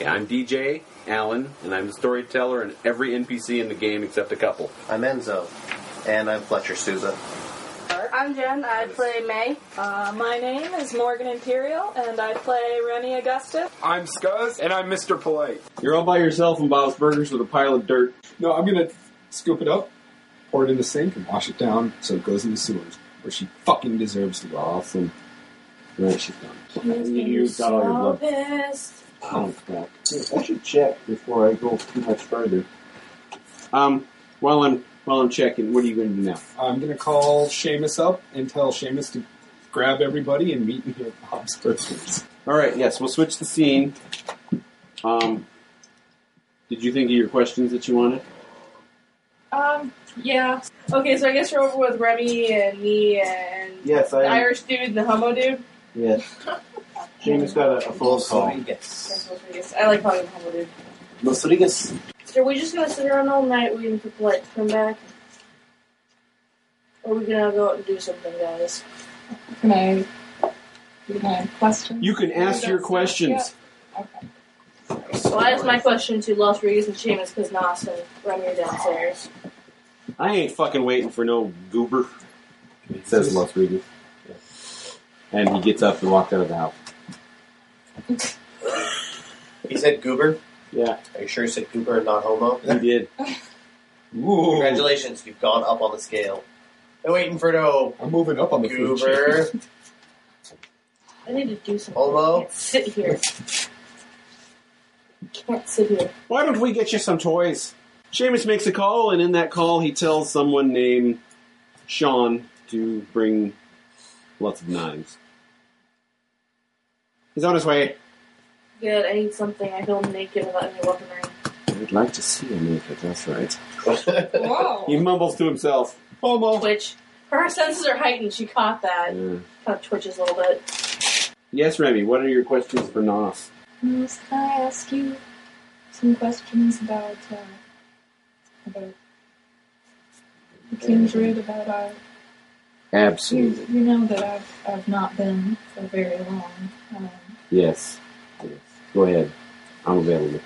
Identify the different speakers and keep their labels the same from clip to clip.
Speaker 1: And I'm DJ Allen, and I'm the storyteller and every NPC in the game except a couple.
Speaker 2: I'm Enzo, and I'm Fletcher Souza.
Speaker 3: I'm Jen. I play May.
Speaker 4: Uh, my name is Morgan Imperial, and I play Rennie Augusta.
Speaker 5: I'm Scuzz, and I'm Mr. Polite.
Speaker 6: You're all by yourself in Bob's Burgers with a pile of dirt.
Speaker 5: No, I'm gonna scoop it up, pour it in the sink, and wash it down so it goes in the sewers, where she fucking deserves to go off and where she's done.
Speaker 6: You've got all your blood.
Speaker 4: pissed.
Speaker 6: Oh, crap. I should check before I go too much further. Um, while I'm while I'm checking, what are you going to do now?
Speaker 5: I'm gonna call Seamus up and tell Seamus to grab everybody and meet me at Bob's Burgers.
Speaker 6: All right. Yes, we'll switch the scene. Um, did you think of your questions that you wanted?
Speaker 3: Um, yeah. Okay, so I guess we're over with Remy and me and
Speaker 7: Yes,
Speaker 3: the
Speaker 7: I.
Speaker 3: Irish dude and the homo dude.
Speaker 7: Yes. Seamus got a, a phone call.
Speaker 2: Rodriguez.
Speaker 3: That's what I guess. I like calling him homo dude.
Speaker 2: Los Rodriguez.
Speaker 3: So are we just gonna sit around all night waiting for Blight to come back? Or are we gonna go out and do something, guys?
Speaker 8: Can I? Can I have questions?
Speaker 6: You can ask your questions.
Speaker 8: Okay.
Speaker 3: So I asked my question to Los Reeves and Seamus because Nas and Remy are downstairs.
Speaker 6: I ain't fucking waiting for no goober.
Speaker 2: says
Speaker 6: Los Rodriguez. And he gets up and walks out of the house.
Speaker 2: He said goober.
Speaker 6: Yeah,
Speaker 2: Are you sure he said goober and not homo?
Speaker 6: he did.
Speaker 5: Ooh,
Speaker 2: Congratulations, you've gone up on the scale. They're waiting for no
Speaker 5: I'm moving up on the food chain.
Speaker 2: goober.
Speaker 3: I need to do something.
Speaker 2: Homo?
Speaker 3: I can't sit here. Can't sit here.
Speaker 6: Why don't we get you some toys? Seamus makes a call, and in that call, he tells someone named Sean to bring lots of knives. He's on his way.
Speaker 3: Good. I need something. I feel naked without any weaponry.
Speaker 6: I'd like to see him naked, that's right. He
Speaker 8: Whoa.
Speaker 6: mumbles to himself. Homo.
Speaker 3: Twitch. Her senses are heightened. She caught that.
Speaker 6: Yeah.
Speaker 3: Kind of twitches a little bit.
Speaker 6: Yes, Remy, what are your questions for Nos?
Speaker 8: Miss, Can I ask you some questions about uh, about the kindred, about our You,
Speaker 6: Absolutely.
Speaker 8: you know that I've, I've not been for very long. Um,
Speaker 6: Yes. yes. Go ahead. I'm available.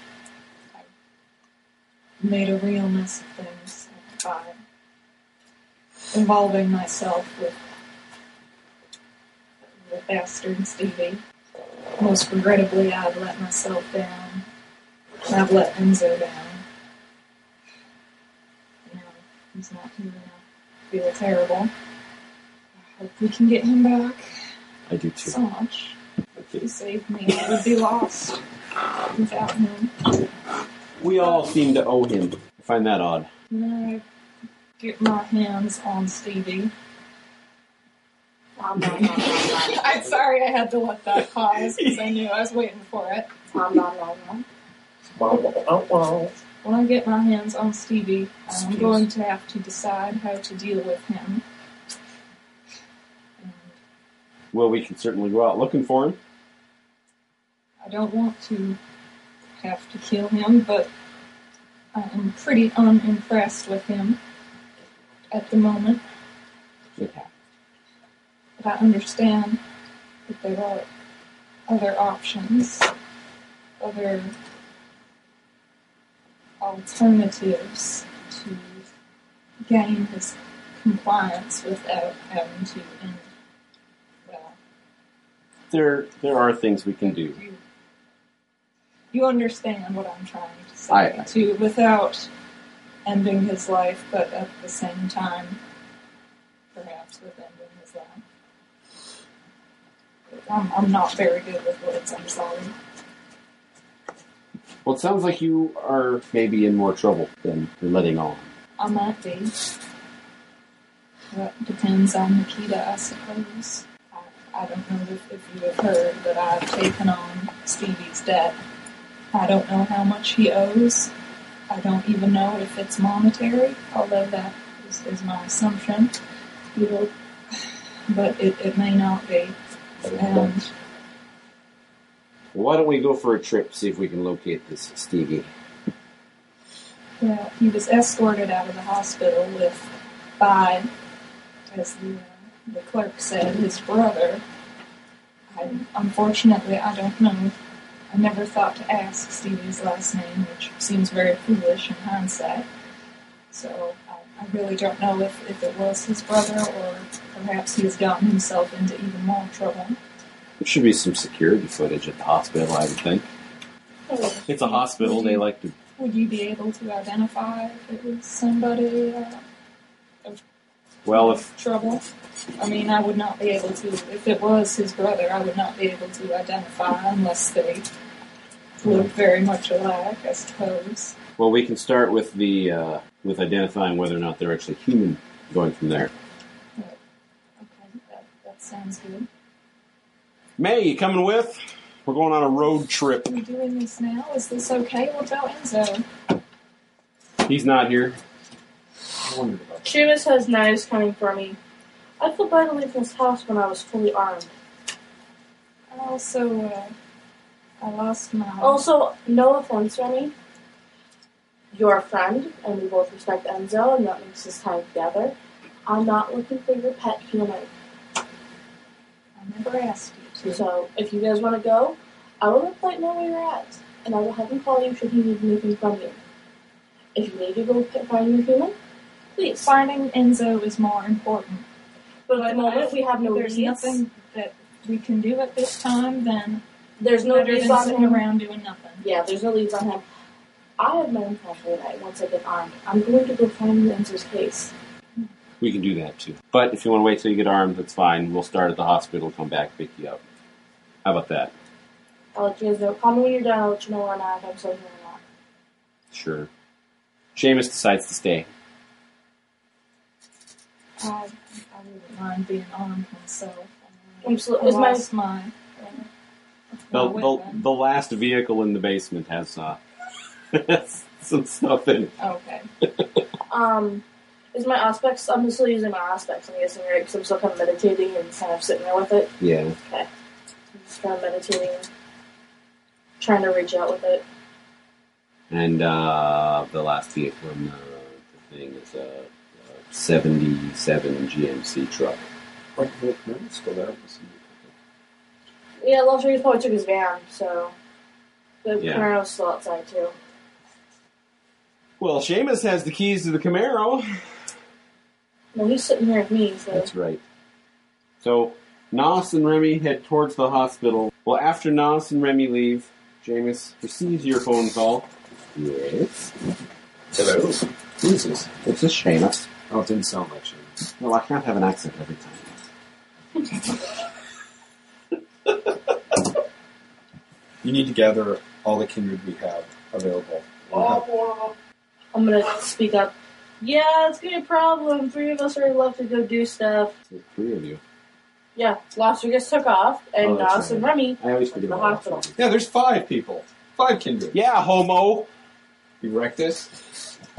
Speaker 8: made a real mess of things by involving myself with the bastard Stevie. Most regrettably, I've let myself down. I've let Enzo down. Now he's not here. and I feel terrible. I hope we can get him back.
Speaker 6: I do too.
Speaker 8: So much.
Speaker 6: Okay.
Speaker 8: He saved me. I would be lost without him.
Speaker 6: We all seem to owe him. I find that odd.
Speaker 8: Now I get my hands on Stevie.
Speaker 3: Nom, nom, nom, nom,
Speaker 8: I'm sorry I had to let that pause because I knew I was waiting for it.
Speaker 3: nom, nom, nom, nom, nom.
Speaker 8: When I get my hands on Stevie, I'm going to have to decide how to deal with him. And
Speaker 6: Well, we can certainly go out looking for him.
Speaker 8: I don't want to have to kill him, but I am pretty unimpressed with him at the moment.
Speaker 6: It happens.
Speaker 8: But I understand that there are other options, other alternatives to gain his compliance without having to end. Well,
Speaker 6: There, there are things we can do.
Speaker 8: you, you understand what I'm trying to say.
Speaker 6: I- I-
Speaker 8: to without ending his life, but at the same time, perhaps with ending his life. I'm, I'm not very good with words. I'm sorry.
Speaker 6: Well, it sounds like you are maybe in more trouble than you're letting on.
Speaker 8: I might be. That depends on Nikita, I suppose. I, I don't know if, if you have heard that I've taken on Stevie's debt. I don't know how much he owes. I don't even know if it's monetary, although that is, is my assumption. You know, but it, it may not be. And
Speaker 6: Well, why don't we go for a trip, see if we can locate this Stevie?
Speaker 8: Yeah, he was escorted out of the hospital with, by, as the, uh, the clerk said, his brother. I, unfortunately, I don't know I never thought to ask Stevie's last name, which seems very foolish in hindsight. So I, I really don't know if, if it was his brother or perhaps he has gotten himself into even more trouble.
Speaker 6: There should be some security footage at the hospital, I would think. It's a hospital, they like to.
Speaker 8: Would you be able to identify if it was somebody uh,
Speaker 6: Well, if
Speaker 8: trouble? I mean, I would not be able to, if it was his brother, I would not be able to identify unless they look very much alike, I suppose.
Speaker 6: well, we can start with the uh, with identifying whether or not they're actually human. Going from there.
Speaker 8: Okay, that, that sounds good.
Speaker 9: May, you coming with? We're going on a road trip.
Speaker 8: Are we doing this now? Is this okay? What about Enzo?
Speaker 9: He's not here.
Speaker 5: I wondered about that.
Speaker 10: Seamus has knives coming for me. I feel bad to leave this house when I was fully armed.
Speaker 8: I also, uh, I lost my.
Speaker 10: Also, no offense, Remy. You're a friend, and we both respect Enzo, and that makes us tie together. I'm not looking for your pet human.
Speaker 8: I never asked you to.
Speaker 10: So, if you guys want to go, I will let Blake know where you're at, and I will have him call you should he need anything from you. If you need to go p- find your human, please.
Speaker 8: Finding Enzo is more important.
Speaker 10: But at the moment, we have no
Speaker 8: There's
Speaker 10: leads.
Speaker 8: nothing that we can do at this time, then
Speaker 10: There's no
Speaker 8: better
Speaker 10: leads
Speaker 8: than
Speaker 10: on
Speaker 8: sitting
Speaker 10: him.
Speaker 8: around doing nothing.
Speaker 10: Yeah, there's no leads on him. I have my own plan for the night once I get armed. I'm going to go find Enzo's case.
Speaker 6: We can do that too. But if you want to wait till you get armed, that's fine. We'll start at the hospital, come back, pick you up. How about that?
Speaker 10: I'll let you guys know. Call me when you're done. I'll let you know when I have something or not.
Speaker 6: Sure. Seamus decides to stay.
Speaker 8: I, I wouldn't mind being armed myself. I
Speaker 10: Absolutely. Is my
Speaker 8: lost my, uh, my
Speaker 6: The, the,
Speaker 8: weapon.
Speaker 6: the last vehicle in the basement has uh, some stuff in it.
Speaker 8: Oh, Okay.
Speaker 10: um is my aspects? I'm still using my aspects. I'm guessing right because I'm still kind of meditating and kind of sitting there with it.
Speaker 6: Yeah.
Speaker 10: I'm just kind of meditating, trying to reach out with it.
Speaker 6: And uh, the last vehicle in the, the thing is uh, a, a 77 GMC truck.
Speaker 5: Like, well, no, let's go there. Let's see.
Speaker 10: Yeah, Luxury's probably took his van, so the
Speaker 6: Yeah.
Speaker 10: Camaro's still outside too.
Speaker 9: Well, Seamus has the keys to the Camaro.
Speaker 10: No, he's sitting here with me, so
Speaker 6: That's right.
Speaker 9: So Nos and Remy head towards the hospital. Well, after Nos and Remy leave, Seamus receives your phone call.
Speaker 6: Yes.
Speaker 2: Hello.
Speaker 5: Who's this?
Speaker 6: It's a Seamus.
Speaker 5: Oh, it didn't sound like Seamus.
Speaker 6: Well, I can't have an accent every time.
Speaker 5: You need to gather all the kindred we have available. We'll have-
Speaker 6: Oh.
Speaker 10: I'm gonna speak up. Yeah, it's gonna be a problem. Three of us are left to go do stuff.
Speaker 6: There's three of you.
Speaker 10: Yeah, Lobster gets took off, and
Speaker 6: Oh, that's
Speaker 10: Nos and
Speaker 6: right.
Speaker 10: Remy.
Speaker 6: I always forget
Speaker 10: The
Speaker 6: about
Speaker 10: hospital.
Speaker 6: that.
Speaker 5: Yeah, there's five people. Five kindred.
Speaker 9: Yeah, homo.
Speaker 5: You wreck this?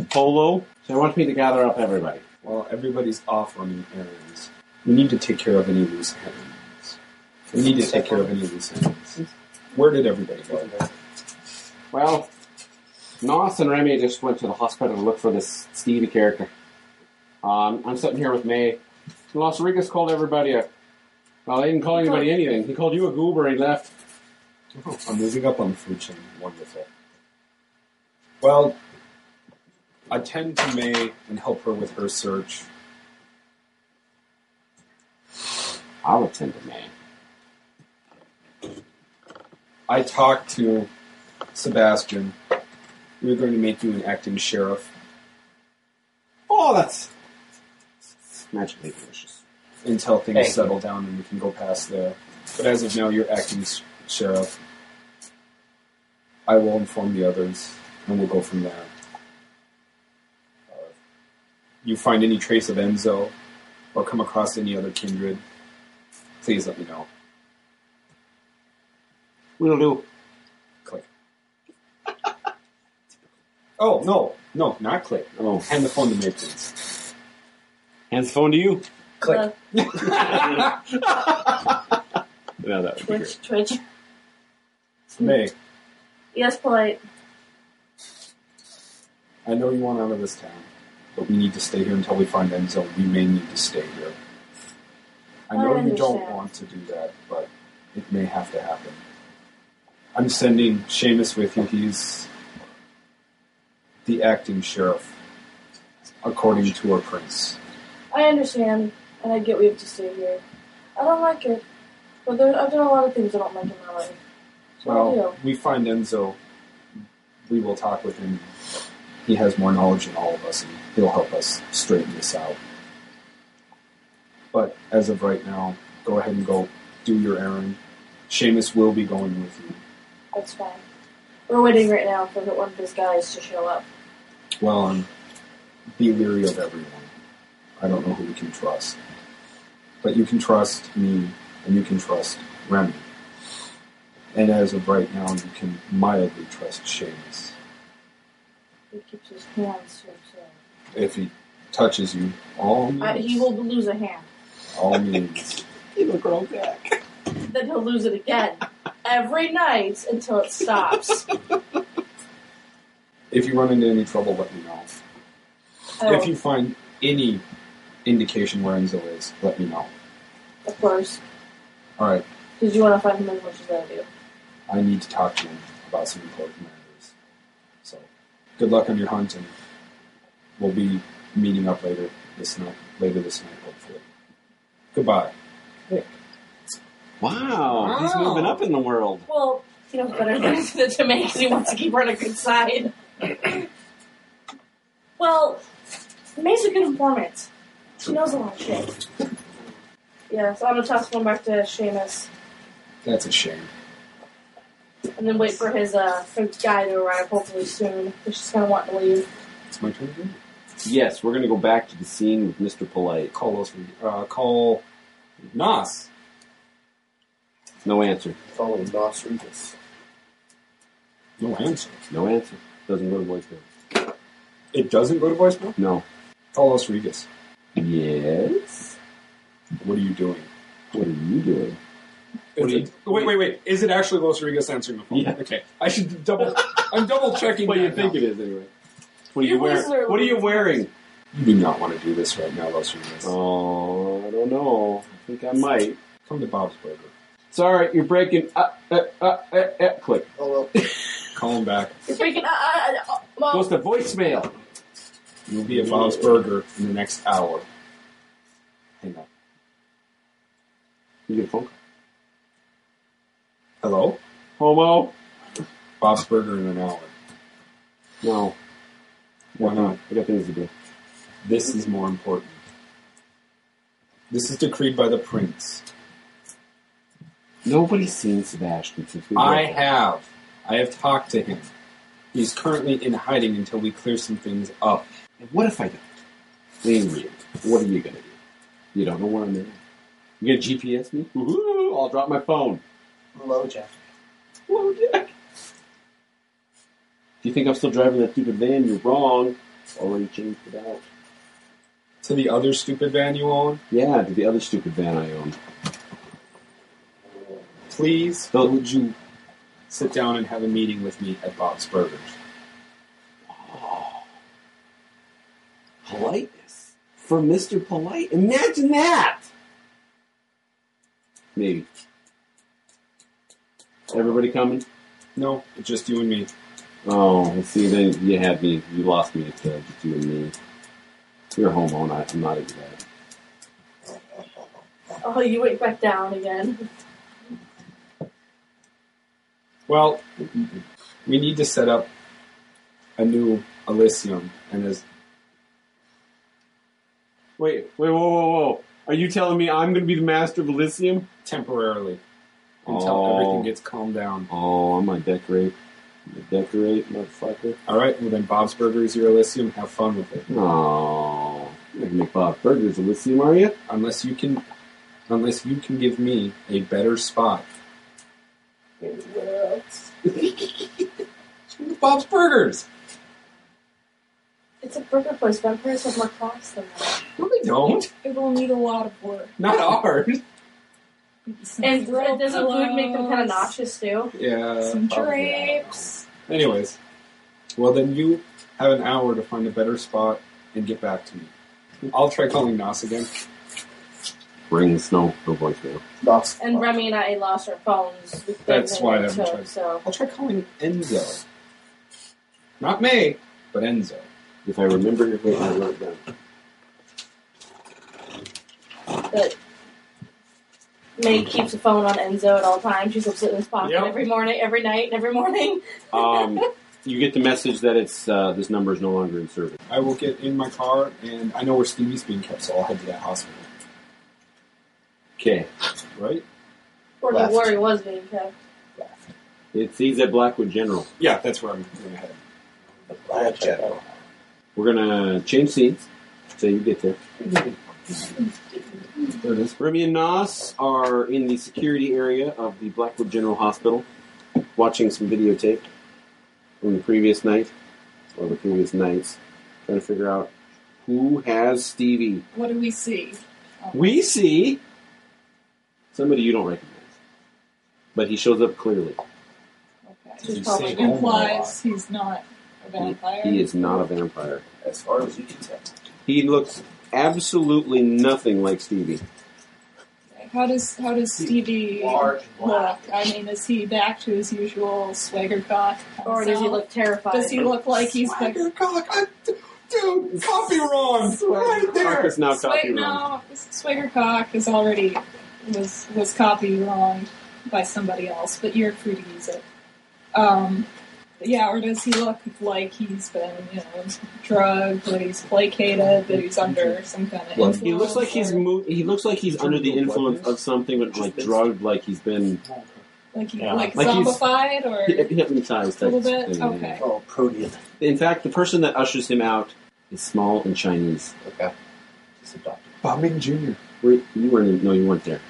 Speaker 9: Polo.
Speaker 6: So I want me to gather up everybody.
Speaker 5: While everybody's off running errands, we need to take care of any loose ends. We need to take care of any loose ends. Where did everybody go?
Speaker 6: Well, Nos and Remy just went to the hospital to look for this Stevie character. Um, I'm sitting here with May. Los Ricas called everybody a. Well, he didn't call anybody anything. He called you a goober and he left.
Speaker 5: Oh, I'm moving up on the food chain. Wonderful. Well, I tend to May and help her with her search.
Speaker 6: I'll attend to May.
Speaker 5: I talked to Sebastian. We're going to make you an acting sheriff.
Speaker 9: Oh, that's
Speaker 6: Magically delicious.
Speaker 5: until things
Speaker 2: Thank you.
Speaker 5: settle down and we can go past there. But as of now, you're acting s- sheriff. I will inform the others, and we'll go from there. Uh, you find any trace of Enzo, or come across any other kindred, please let me know.
Speaker 9: will do.
Speaker 5: Click. oh no, no, not click.
Speaker 6: Oh,
Speaker 5: Hand the phone to me, please.
Speaker 9: Hands the phone to you.
Speaker 2: Click.
Speaker 6: no, that would be great.
Speaker 10: Uh, Twitch, Twitch.
Speaker 5: May,
Speaker 10: Yes, polite.
Speaker 5: I know you want out of this town, but we need to stay here until we find Enzo. We may need to stay here. I know
Speaker 10: I
Speaker 5: you don't
Speaker 10: understand.
Speaker 5: want to do that, but it may have to happen. I'm sending Seamus with you. He's the acting sheriff, according to our prince.
Speaker 10: I understand, and I get we have to stay here. I don't like it, but there, I've done a lot of things I don't like in my life. So I do.
Speaker 5: Well, we find Enzo. We will talk with him. He has more knowledge than all of us, and he'll help us straighten this out. But as of right now, go ahead and go do your errand. Seamus will be going with you.
Speaker 10: That's fine. We're waiting right now for the- one of those guys to show up.
Speaker 5: Well, and be leery of everyone. I don't know who we can trust. But you can trust me, and you can trust Remy. And as of right now, you can mildly trust Seamus.
Speaker 10: He keeps his hands to himself.
Speaker 5: If he touches you, all means.
Speaker 10: I, Uh, he will lose a hand.
Speaker 5: All means.
Speaker 10: Then he'll lose it again. Every night until it stops.
Speaker 5: If you run into any trouble, let me know.
Speaker 10: I
Speaker 5: If
Speaker 10: will,
Speaker 5: you find any indication where Enzo is, let me know.
Speaker 10: of course,
Speaker 5: All right,
Speaker 10: because you want to find him as much as I do.
Speaker 5: I need to talk to him about some important matters. So, good luck on your hunt, and we'll be meeting up later this night. Later this night, hopefully. Goodbye.
Speaker 9: Wow, he's moving up in the world.
Speaker 10: Well, he knows better things than to make 'cause he wants to keep her on a good side. well, May's a good informant. She knows a lot of shit. Yeah, so I'm gonna toss one back to Seamus
Speaker 5: That's a shame.
Speaker 10: and then wait for his uh for the guy to arrive hopefully soon. He's just gonna want to leave.
Speaker 5: It's my turn again.
Speaker 9: Yes, we're going to go back to the scene with Mr. Polite.
Speaker 5: Call those. Uh, call Nas.
Speaker 9: No answer.
Speaker 7: Follow Nos Regis.
Speaker 5: No answer.
Speaker 9: No answer. Doesn't go to voicemail.
Speaker 5: It doesn't go to voicemail.
Speaker 9: No.
Speaker 5: Call Los Regis.
Speaker 9: Yes.
Speaker 5: What are you doing?
Speaker 9: What are you doing? do
Speaker 5: It's-
Speaker 9: you-
Speaker 5: it's- wait, wait, wait. Is it actually Los Rodriguez answering the phone?
Speaker 9: Yeah.
Speaker 5: Okay. I should double. I'm double checking.
Speaker 9: What do you
Speaker 5: that
Speaker 9: think
Speaker 5: now.
Speaker 9: it is anyway? What are
Speaker 10: Your
Speaker 9: you wearing?
Speaker 10: voices are
Speaker 9: What are you wearing?
Speaker 5: You do not want to do this right now, Los Rodriguez.
Speaker 9: Oh, I don't know. I think I might.
Speaker 5: Come to Bob's Burger.
Speaker 9: Sorry, you're breaking. Uh, uh, uh, uh, uh, click.
Speaker 7: Hello.
Speaker 5: Call him back.
Speaker 10: You're freaking uh, uh, uh, well,
Speaker 9: Goes to voicemail.
Speaker 5: You'll be at Bob's Burger in the next hour. Hang on.
Speaker 9: You get a phone
Speaker 5: Hello.
Speaker 9: call. Homo?
Speaker 5: Bob's Burger in an hour.
Speaker 9: No.
Speaker 5: Why not?
Speaker 9: I got things to do.
Speaker 5: This is more important. This is decreed by the prince.
Speaker 9: Nobody's seen Sebastian since we
Speaker 5: I
Speaker 9: broke up.
Speaker 5: have. I have talked to him. He's currently in hiding until we clear some things up.
Speaker 9: And What if I don't? Being real. What are you going to do? You don't know where I'm at. You going to GPS me? Woohoo! I'll drop my phone.
Speaker 2: Hello, Jack.
Speaker 9: Whoa, Jack. If you think I'm still driving that stupid van, you're wrong. Already changed it out.
Speaker 5: To the other stupid van you own,
Speaker 9: Yeah, to the other stupid van I own.
Speaker 5: please
Speaker 9: So would you?
Speaker 5: sit down and have a meeting with me at Bob's Burgers.
Speaker 9: Politeness from Mr. Polite. Imagine that. Maybe. Everybody coming?
Speaker 5: No, it's just you and me.
Speaker 9: Oh, see, then you had me. You lost me at uh, just you and me. You're a homo, and I- I'm not into that.
Speaker 10: oh, you went back down again.
Speaker 5: Well, we need to set up a new Elysium, and as
Speaker 9: Wait, wait, whoa, whoa, whoa! Are you telling me I'm going to be the master of Elysium?
Speaker 5: temporarily until
Speaker 9: Oh.
Speaker 5: everything gets calmed down.
Speaker 9: Oh, I'm gonna decorate. I'm gonna decorate, motherfucker.
Speaker 5: All right, well then, Bob's Burger is your Elysium. Have fun with it.
Speaker 9: Oh, you're not gonna make Bob burgers Elysium, are you?
Speaker 5: Unless you can, unless you can give me a better spot. Bob's Burgers.
Speaker 10: It's a burger place. Vampires have more class than that.
Speaker 5: No, they don't.
Speaker 8: It will need a lot of work.
Speaker 5: Not ours.
Speaker 8: Some
Speaker 10: And
Speaker 8: grill
Speaker 10: doesn't food make them kind of
Speaker 8: pillows,
Speaker 10: nauseous too?
Speaker 5: Oh, Yeah.
Speaker 8: Some
Speaker 5: probably.
Speaker 8: drapes.
Speaker 5: Anyways, well then you have an hour to find a better spot and get back to me. I'll try calling Nas again.
Speaker 9: rings, no, no voicemail.
Speaker 5: That's
Speaker 10: And
Speaker 5: fine.
Speaker 10: Remy and I lost our phones. We couldn't
Speaker 5: That's
Speaker 10: get
Speaker 5: why I
Speaker 10: it,
Speaker 5: haven't
Speaker 10: so-
Speaker 5: tried.
Speaker 10: So
Speaker 5: I'll try calling Enzo. Not May, but Enzo.
Speaker 9: If I remember your name, I wrote it down.
Speaker 10: that May keeps a phone on Enzo at all times. She slips it in his pocket
Speaker 5: Yep.
Speaker 10: every morning, every night, and every morning.
Speaker 9: Um, you get the message that it's uh, this number is no longer in service.
Speaker 5: I will get in my car, and I know where Stevie's being kept, so I'll head to that hospital.
Speaker 9: Okay,
Speaker 5: Right?
Speaker 10: Or
Speaker 2: Left.
Speaker 10: where he was being kept.
Speaker 9: it's he's at Blackwood General.
Speaker 5: Yeah, that's where I'm going to head.
Speaker 7: Black Shadow.
Speaker 9: We're gonna change scenes, so you get there.
Speaker 5: There it is.
Speaker 9: Remy and Nos are in the security area of the Blackwood General Hospital, watching some videotape from the previous night or the previous nights, trying to figure out who has Stevie.
Speaker 8: What do we see? Um,
Speaker 9: We see somebody you don't recognize, but he shows up clearly.
Speaker 8: Okay.
Speaker 5: Did you
Speaker 10: She's
Speaker 5: say
Speaker 10: probably
Speaker 5: home or lot?
Speaker 8: Implies he's not a vampire.
Speaker 9: He is not a vampire.
Speaker 7: As far as you can tell.
Speaker 9: He looks absolutely nothing like Stevie.
Speaker 8: How does how does Stevie
Speaker 2: Large and black.
Speaker 8: look? I mean, is he back to his usual swagger cock?
Speaker 10: Or does he
Speaker 8: self?
Speaker 10: look terrified?
Speaker 8: Does he look like he's like
Speaker 5: Swagger cock. I, dude, copy wrong. Right
Speaker 9: Fuck,
Speaker 5: there.
Speaker 9: it's now
Speaker 8: Swag-
Speaker 9: copy wrong.
Speaker 8: No, Swagger Cock is already was was copy wronged by somebody else, but you're free to use it. Um, yeah, or does he look like he's been, you know, drugged, that he's placated, that he's under some kind of influence?
Speaker 9: He looks like he's
Speaker 8: or,
Speaker 9: mo- he looks like he's under the influence of something, but like drugged, like he's been
Speaker 8: like, he,
Speaker 7: Yeah.
Speaker 8: like,
Speaker 9: Like he's-
Speaker 8: zombified, or
Speaker 9: hy- hypnotized. type
Speaker 8: a little bit.
Speaker 9: thing.
Speaker 8: Okay.
Speaker 7: Oh, Protean.
Speaker 9: In fact, the person that ushers him out is small and Chinese.
Speaker 7: Okay. Just a doctor.
Speaker 5: Bob Ming Jr.
Speaker 9: Were, you weren't. No, you weren't there.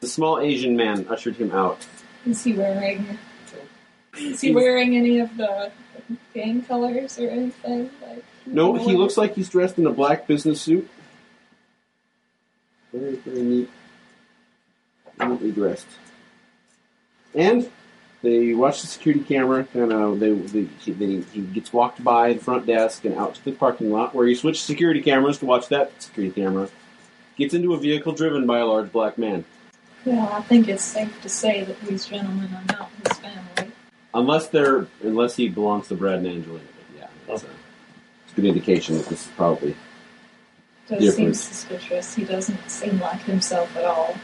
Speaker 9: The small Asian man ushered him out.
Speaker 8: Is he wearing? Is he wearing any of the gang colors or anything? Like
Speaker 9: No, he looks like he's dressed in a black business suit. Very, very neat. Neatly dressed. And they watch the security camera. Kind of, they, they, he- they, he gets walked by the front desk and out to the parking lot, where he switches security cameras to watch that security camera. Gets into a vehicle driven by a large black man.
Speaker 8: Well, I think it's safe to say that these gentlemen are not his family.
Speaker 9: Unless they're, unless he belongs to Brad and Angelina. But yeah, that's a, it's a good indication that this is probably
Speaker 8: Does seem
Speaker 9: Different.
Speaker 8: suspicious. He doesn't seem like himself at all.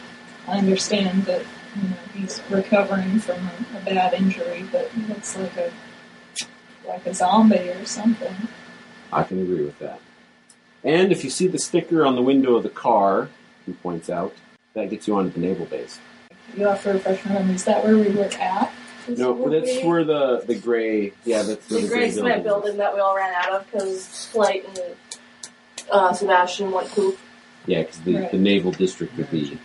Speaker 8: I understand that you know he's recovering from a, a bad injury, but he looks like a like a zombie or something.
Speaker 9: I can agree with that. And if you see the sticker on the window of the car, he points out, that gets you onto the naval base.
Speaker 8: You have to refresh my memory. Is that where we were at? Is
Speaker 9: No,
Speaker 8: where
Speaker 9: that's
Speaker 8: we-
Speaker 9: where the, the gray, yeah, that's where
Speaker 10: the
Speaker 9: the,
Speaker 10: Gray Cement building that we all ran out of because Flight and uh, Sebastian went poop.
Speaker 9: Yeah, because the,
Speaker 8: Right.
Speaker 9: the naval district would be.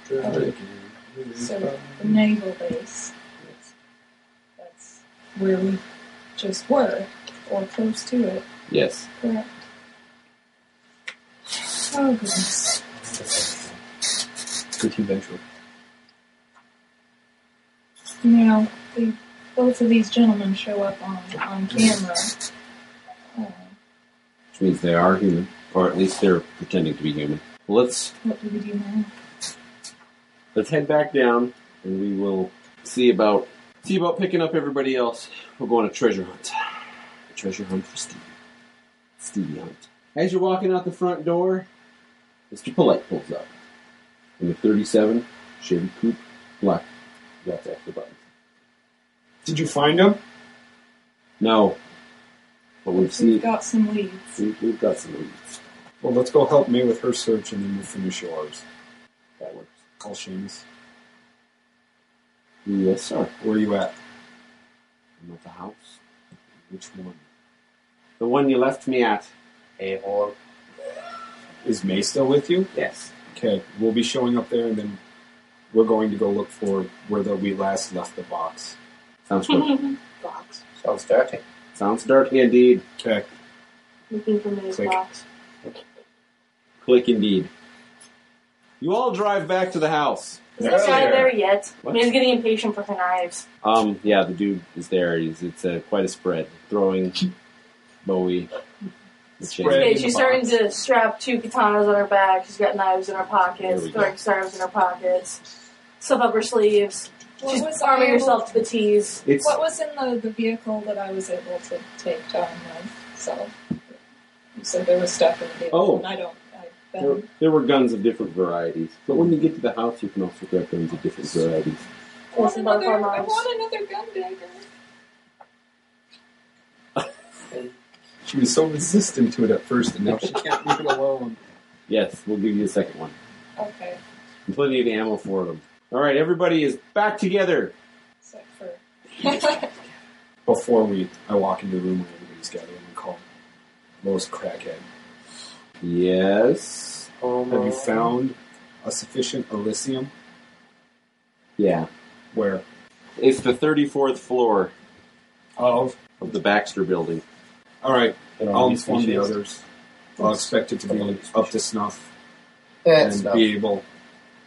Speaker 8: So the naval base. That's where we just were, or close to it.
Speaker 9: Yes.
Speaker 8: Correct. Oh goodness.
Speaker 5: Good convention.
Speaker 8: Now, the, both of these gentlemen show up on, on camera. Uh,
Speaker 9: Which means they are human, or at least they're pretending to be human. Let's
Speaker 8: what do we do now?
Speaker 9: let's head back down, and we will see about see about picking up everybody else. We'll go on a treasure hunt. A treasure hunt for Stevie. Stevie Hunt. As you're walking out the front door, Mr. Polite pulls up in the 37 Chevy Coupe Black. You have to ask the button.
Speaker 5: Did you find him?
Speaker 9: No, but we've
Speaker 8: We've
Speaker 9: seen
Speaker 8: got some leads.
Speaker 9: we've, we've got some leads.
Speaker 5: Well, let's go help May with her search, and then we'll finish yours.
Speaker 9: That works.
Speaker 5: Call Seamus.
Speaker 9: Yes, sir.
Speaker 5: Where are you at?
Speaker 9: I'm at the house.
Speaker 5: Which one?
Speaker 9: The one you left me at.
Speaker 2: Hey, hold.
Speaker 5: Is May still with you?
Speaker 9: Yes.
Speaker 5: Okay, we'll be showing up there, and then we're going to go look for where the, we last left the box.
Speaker 9: Sounds good.
Speaker 10: Box.
Speaker 2: Sounds dirty.
Speaker 9: Sounds dirty indeed.
Speaker 5: Okay.
Speaker 10: Looking for me is
Speaker 5: Click.
Speaker 10: box.
Speaker 9: Click indeed. You all drive back to the house.
Speaker 10: Is this guy
Speaker 5: Earlier.
Speaker 10: there yet?
Speaker 9: What?
Speaker 10: I mean, he's getting impatient for her knives.
Speaker 9: Um, yeah, the dude is there. He's, it's uh, quite a spread. Throwing Bowie,
Speaker 10: Okay, she's starting to strap two katanas on her back. She's got knives in her pockets,
Speaker 9: There we go.
Speaker 10: throwing stars in her pockets, stuff up her sleeves.
Speaker 8: What
Speaker 10: she's
Speaker 8: was I
Speaker 10: arming
Speaker 8: able-
Speaker 10: herself to the tees.
Speaker 5: It's
Speaker 8: What was in the, the vehicle that I was able to take down with? So you said there was stuff in the vehicle,
Speaker 9: Oh.
Speaker 8: and I don't. I've
Speaker 9: There,
Speaker 8: been
Speaker 9: there were guns of different varieties, but when you get to the house, you can also grab guns of different varieties.
Speaker 8: I want
Speaker 10: Yes, and both
Speaker 8: another.
Speaker 10: our
Speaker 8: I
Speaker 10: lives.
Speaker 8: want another gun dagger.
Speaker 5: she was so resistant to it at first, and now she can't leave it alone.
Speaker 9: Yes, we'll give you a second one.
Speaker 8: Okay,
Speaker 9: Plenty of ammo for them. All right, everybody is back together.
Speaker 8: except for
Speaker 5: Before we, I walk into the room where everybody's gathering and call Lois Crackhead.
Speaker 9: Yes.
Speaker 5: Have you found a sufficient Elysium
Speaker 9: Yeah.
Speaker 5: where
Speaker 9: It's the 34th floor
Speaker 5: of?
Speaker 9: of the Baxter building.
Speaker 5: All right,
Speaker 6: And all
Speaker 5: I'll
Speaker 6: these
Speaker 5: inform the
Speaker 6: species.
Speaker 5: others. I'll expect it to be up to snuff
Speaker 2: That's
Speaker 5: and be able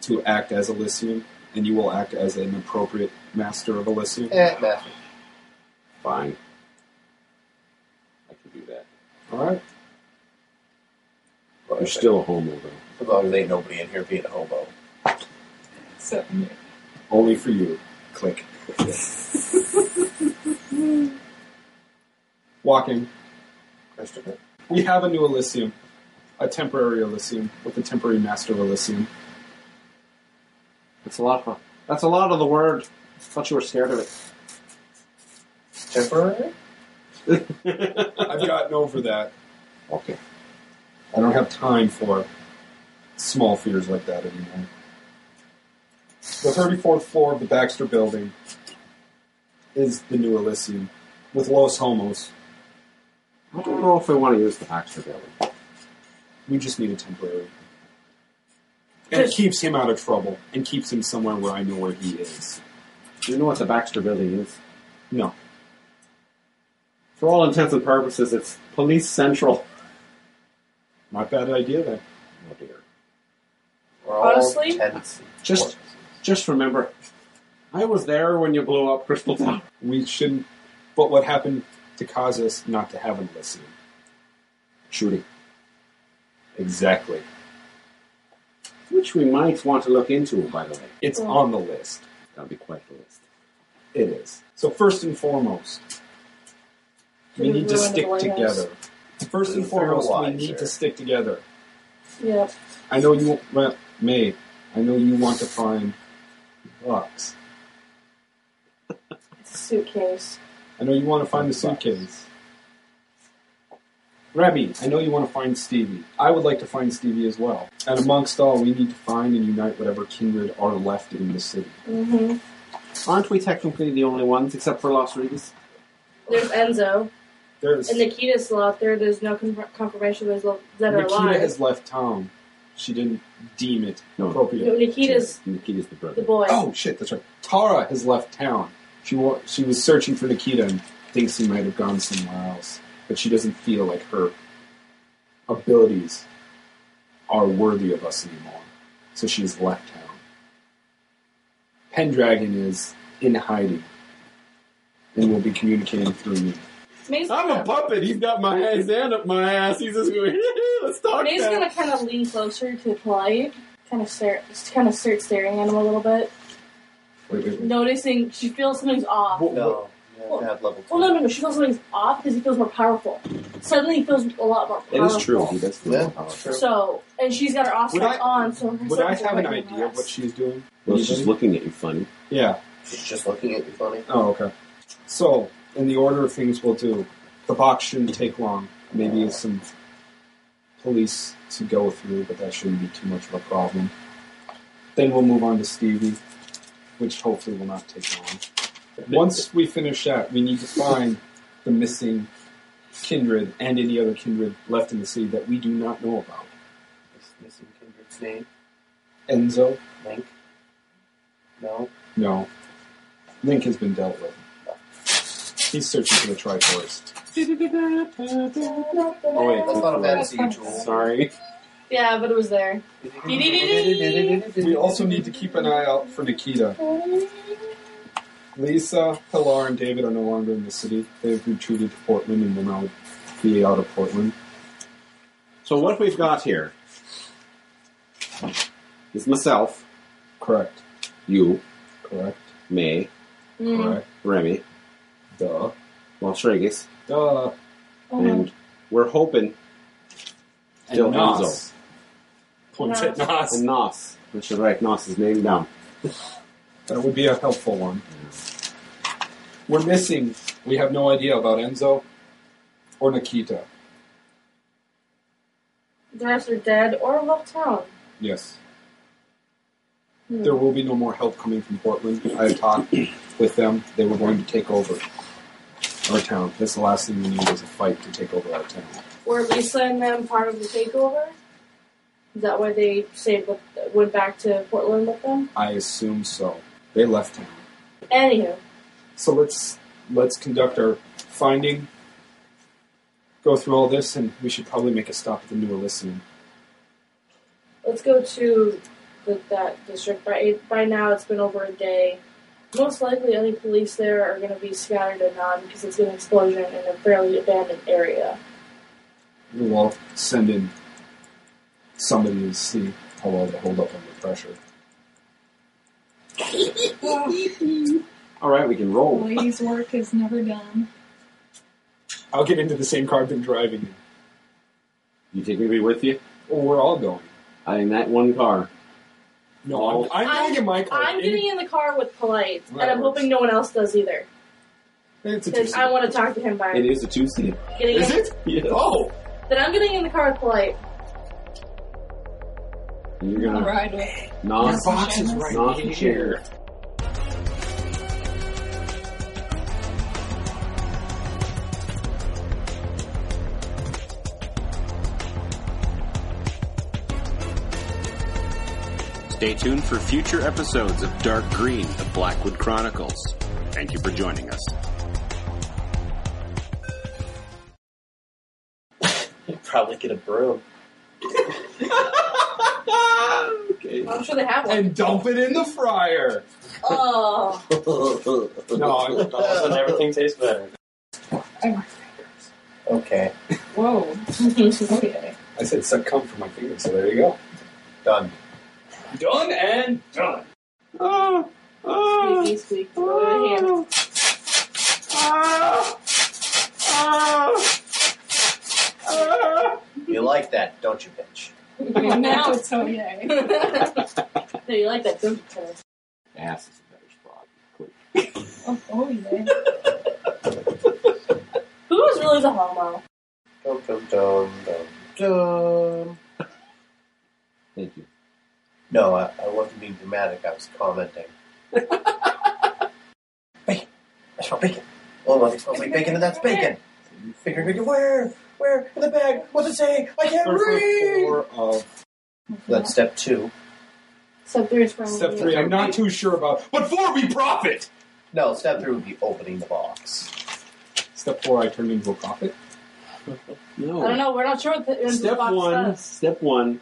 Speaker 5: to act as Elysium, and you will act as an appropriate master of Elysium.
Speaker 2: Eh,
Speaker 9: Fine. I can do that.
Speaker 5: All right.
Speaker 9: You're still a homo, though.
Speaker 2: As long as ain't nobody in here being a hobo.
Speaker 8: so
Speaker 5: Only for you. Click. Walking.
Speaker 2: Christopher?
Speaker 5: We have a new Elysium. A temporary Elysium with a temporary master of Elysium.
Speaker 6: That's a lot of that's a lot of the word. I thought you were scared of it.
Speaker 2: Temporary?
Speaker 5: I've gotten over that.
Speaker 9: Okay.
Speaker 5: I don't have time for small fears like that anymore. The 34th floor of the Baxter building is the new Elysium with Los Homos.
Speaker 9: I don't know if I want to use the Baxter building.
Speaker 5: We just need a temporary. And it keeps him out of trouble and keeps him somewhere where I know where he is.
Speaker 9: Do you know what the Baxter building is?
Speaker 5: No.
Speaker 9: For all intents and purposes, it's Police Central.
Speaker 5: Not bad idea then.
Speaker 9: Oh, dear.
Speaker 2: We're all
Speaker 10: Honestly?
Speaker 2: tense.
Speaker 9: Just, just remember, I was there when you blew up Crystal Tower.
Speaker 5: We shouldn't. But what happened to cause us not to have an Elysium?
Speaker 9: Shooting.
Speaker 5: Exactly.
Speaker 9: Which we might want to look into, by the way.
Speaker 5: It's on the list.
Speaker 9: That'd be quite the list.
Speaker 5: It is. So first and foremost, we
Speaker 10: Should we
Speaker 5: need to
Speaker 10: ruin the
Speaker 5: stick
Speaker 10: White House?
Speaker 5: together. First and
Speaker 2: Fair
Speaker 5: foremost, we
Speaker 2: wise,
Speaker 5: need
Speaker 2: sir.
Speaker 5: to stick together.
Speaker 10: Yep.
Speaker 5: I know you, well, May. I know you want to find Lux.
Speaker 10: It's a suitcase.
Speaker 5: I know you want to find the suitcase. Rabbi, I know you want to find Stevie. I would like to find Stevie as well. And amongst all, we need to find and unite whatever kindred are left in the city.
Speaker 10: Mm-hmm.
Speaker 9: Aren't we technically the only ones, except for Las Vegas?
Speaker 10: There's Enzo.
Speaker 5: There's
Speaker 10: And Nikita's still out there. There's no con- confirmation there's lo- that are
Speaker 5: Nikita
Speaker 10: alive.
Speaker 5: has left town. She didn't deem it
Speaker 9: No.
Speaker 5: appropriate.
Speaker 10: No, Nikita's
Speaker 9: Nikita's the brother.
Speaker 10: the boy.
Speaker 5: Oh shit, that's right. Tara has left town. She wa- she was searching for Nikita and thinks he might have gone somewhere else, but she doesn't feel like her abilities are worthy of us anymore. So she's left town. Pendragon is in hiding and will be communicating through me.
Speaker 10: May's
Speaker 9: I'm a
Speaker 10: gonna,
Speaker 9: puppet. He's got my hands and up my ass. He's just going, let's talk
Speaker 10: May's
Speaker 9: now."
Speaker 10: gonna kind of lean closer to Polite, kind of stare, just kind of start staring at him a little bit,
Speaker 5: Wait, wait, wait.
Speaker 10: noticing she feels something's off.
Speaker 5: What- what-
Speaker 2: No. no, Bad level.
Speaker 10: Well, no, no, no. She feels something's off because he feels more powerful. Suddenly, he feels a lot more
Speaker 9: It
Speaker 10: powerful.
Speaker 9: is true. He does feel
Speaker 2: Yeah.
Speaker 9: more powerful.
Speaker 10: So, and she's got her off
Speaker 5: Would
Speaker 10: strap
Speaker 5: I-
Speaker 10: on, so her
Speaker 5: Would I
Speaker 10: senses are
Speaker 5: have an
Speaker 10: quite
Speaker 5: idea of what
Speaker 10: relaxed.
Speaker 5: she's doing?
Speaker 9: Well, she's looking at you funny.
Speaker 5: yeah.
Speaker 2: She's just looking at you funny.
Speaker 5: Oh, okay. So, in the order of things we'll do, the box shouldn't take long. Maybe some police to go through, but that shouldn't be too much of a problem. Then we'll move on to Stevie, which hopefully will not take long. Once we finish that, we need to find the missing kindred and any other kindred left in the city that we do not know about.
Speaker 2: This missing kindred's name?
Speaker 5: Enzo?
Speaker 2: Link? No?
Speaker 5: No. Link has been dealt with. He's searching for the Triforce.
Speaker 2: Oh, wait. That's not a bad sea jewel.
Speaker 9: Sorry.
Speaker 10: Yeah, but it was there.
Speaker 5: We also need to keep an eye out for Nikita. Lisa, Pilar, and David are no longer in the city. They've retreated to Portland and will now be out of Portland.
Speaker 9: So what we've got here is myself,
Speaker 5: Correct.
Speaker 9: you,
Speaker 5: Correct.
Speaker 9: May,
Speaker 5: Correct.
Speaker 9: Remy,
Speaker 5: Duh.
Speaker 9: Las Vegas,
Speaker 5: Duh.
Speaker 10: Uh-huh.
Speaker 9: and we're hoping Still Enzo.
Speaker 7: Points at Nas.
Speaker 9: and Nos. We should write Nos's name down.
Speaker 5: That would be a helpful one. We're missing. We have no idea about Enzo or Nikita.
Speaker 10: The rest are dead or left town.
Speaker 5: Yes. There will be no more help coming from Portland. I talked with them. They were going to take over our town. That's the last thing we need is a fight to take over our town.
Speaker 10: Were Lisa and them part of the takeover? Is that why they saved with, went back to Portland with them?
Speaker 5: I assume so. They left town.
Speaker 10: Anywho,
Speaker 5: So let's let's conduct our finding, go through all this, and we should probably make a stop at the New Elysium.
Speaker 10: let's go to the, that district. By by now, it's been over a day. Most likely, any police there are going to be scattered and on because it's an explosion in a fairly abandoned area.
Speaker 5: We'll send in somebody to see how well they hold up under pressure.
Speaker 9: All right, we can roll.
Speaker 8: Ladies' work is never done.
Speaker 5: I'll get into the same car I've been driving in.
Speaker 9: You take me with you?
Speaker 5: Well, we're all going.
Speaker 9: I in that one car.
Speaker 5: No, I'm, I'm,
Speaker 10: I'm-
Speaker 5: going in my car.
Speaker 10: I'm getting in the car with Polite,
Speaker 5: Well,
Speaker 10: and
Speaker 5: that
Speaker 10: I'm
Speaker 5: works.
Speaker 10: hoping no one else does either
Speaker 5: It's a
Speaker 10: because I
Speaker 5: two-seater.
Speaker 10: want to talk to him by
Speaker 9: It is a Tuesday.
Speaker 10: getting
Speaker 5: Is
Speaker 10: in,
Speaker 5: it?
Speaker 9: Yeah.
Speaker 5: Oh,
Speaker 10: Then I'm getting in the car with Polite.
Speaker 9: And you're
Speaker 8: I'll
Speaker 9: gonna
Speaker 8: ride with
Speaker 9: Nos,
Speaker 8: Nelson Shamus.
Speaker 9: Nos and Shamus.
Speaker 1: Stay tuned for future episodes of Dark Green, The Blackwood Chronicles. Thank you for joining us.
Speaker 2: You'd probably get a broom.
Speaker 10: I'm sure they have one.
Speaker 5: and dump it in the fryer.
Speaker 10: Oh.
Speaker 5: No, I'm-
Speaker 7: All of a sudden, everything tastes better.
Speaker 8: Oh, my fingers.
Speaker 2: Okay,
Speaker 8: Whoa. Okay.
Speaker 5: I said suck cum from my finger, so there you go.
Speaker 2: done.
Speaker 7: Done and done.
Speaker 9: Ah, Oh.
Speaker 10: Squeaky, squeaky. Throw it in hand.
Speaker 9: ah, ah.
Speaker 2: You like that, don't you, bitch?
Speaker 8: Well, now it's oh yay.
Speaker 10: no, you like that, don't you, Taylor?
Speaker 9: Ass is a better spot. Quick.
Speaker 8: Oh, oh yay.
Speaker 10: Who is really the homo?
Speaker 2: Dum dum dum dum dum.
Speaker 9: Thank you.
Speaker 2: No, I, I wasn't being dramatic. I was commenting. bacon. I smell bacon. Oh, well, it smells like bacon, and that's bacon. Bacon, bacon. Where? Where? In the bag. What's it say? I can't
Speaker 5: Four for
Speaker 2: read.
Speaker 5: four of
Speaker 2: That's step two.
Speaker 10: Step three is probably
Speaker 5: step three. I'm not too sure about, but four we profit.
Speaker 2: No, step three would be opening the box.
Speaker 5: Step four, I turned into a profit.
Speaker 10: I
Speaker 9: No.
Speaker 10: don't know. We're not sure what the, what the
Speaker 9: Step
Speaker 10: box
Speaker 9: one.
Speaker 10: does.
Speaker 9: Step one.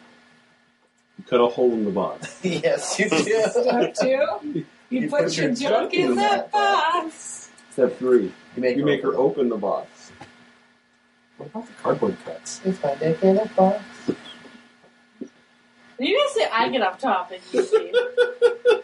Speaker 9: You cut a hole in the box.
Speaker 2: yes, you do.
Speaker 8: Step two. You, put, your junk in that box.
Speaker 9: Step three.
Speaker 2: You make,
Speaker 9: You make her open the box.
Speaker 5: What about the cardboard cuts?
Speaker 2: It's my dick in a box.
Speaker 10: You guys say I get off topic. You see.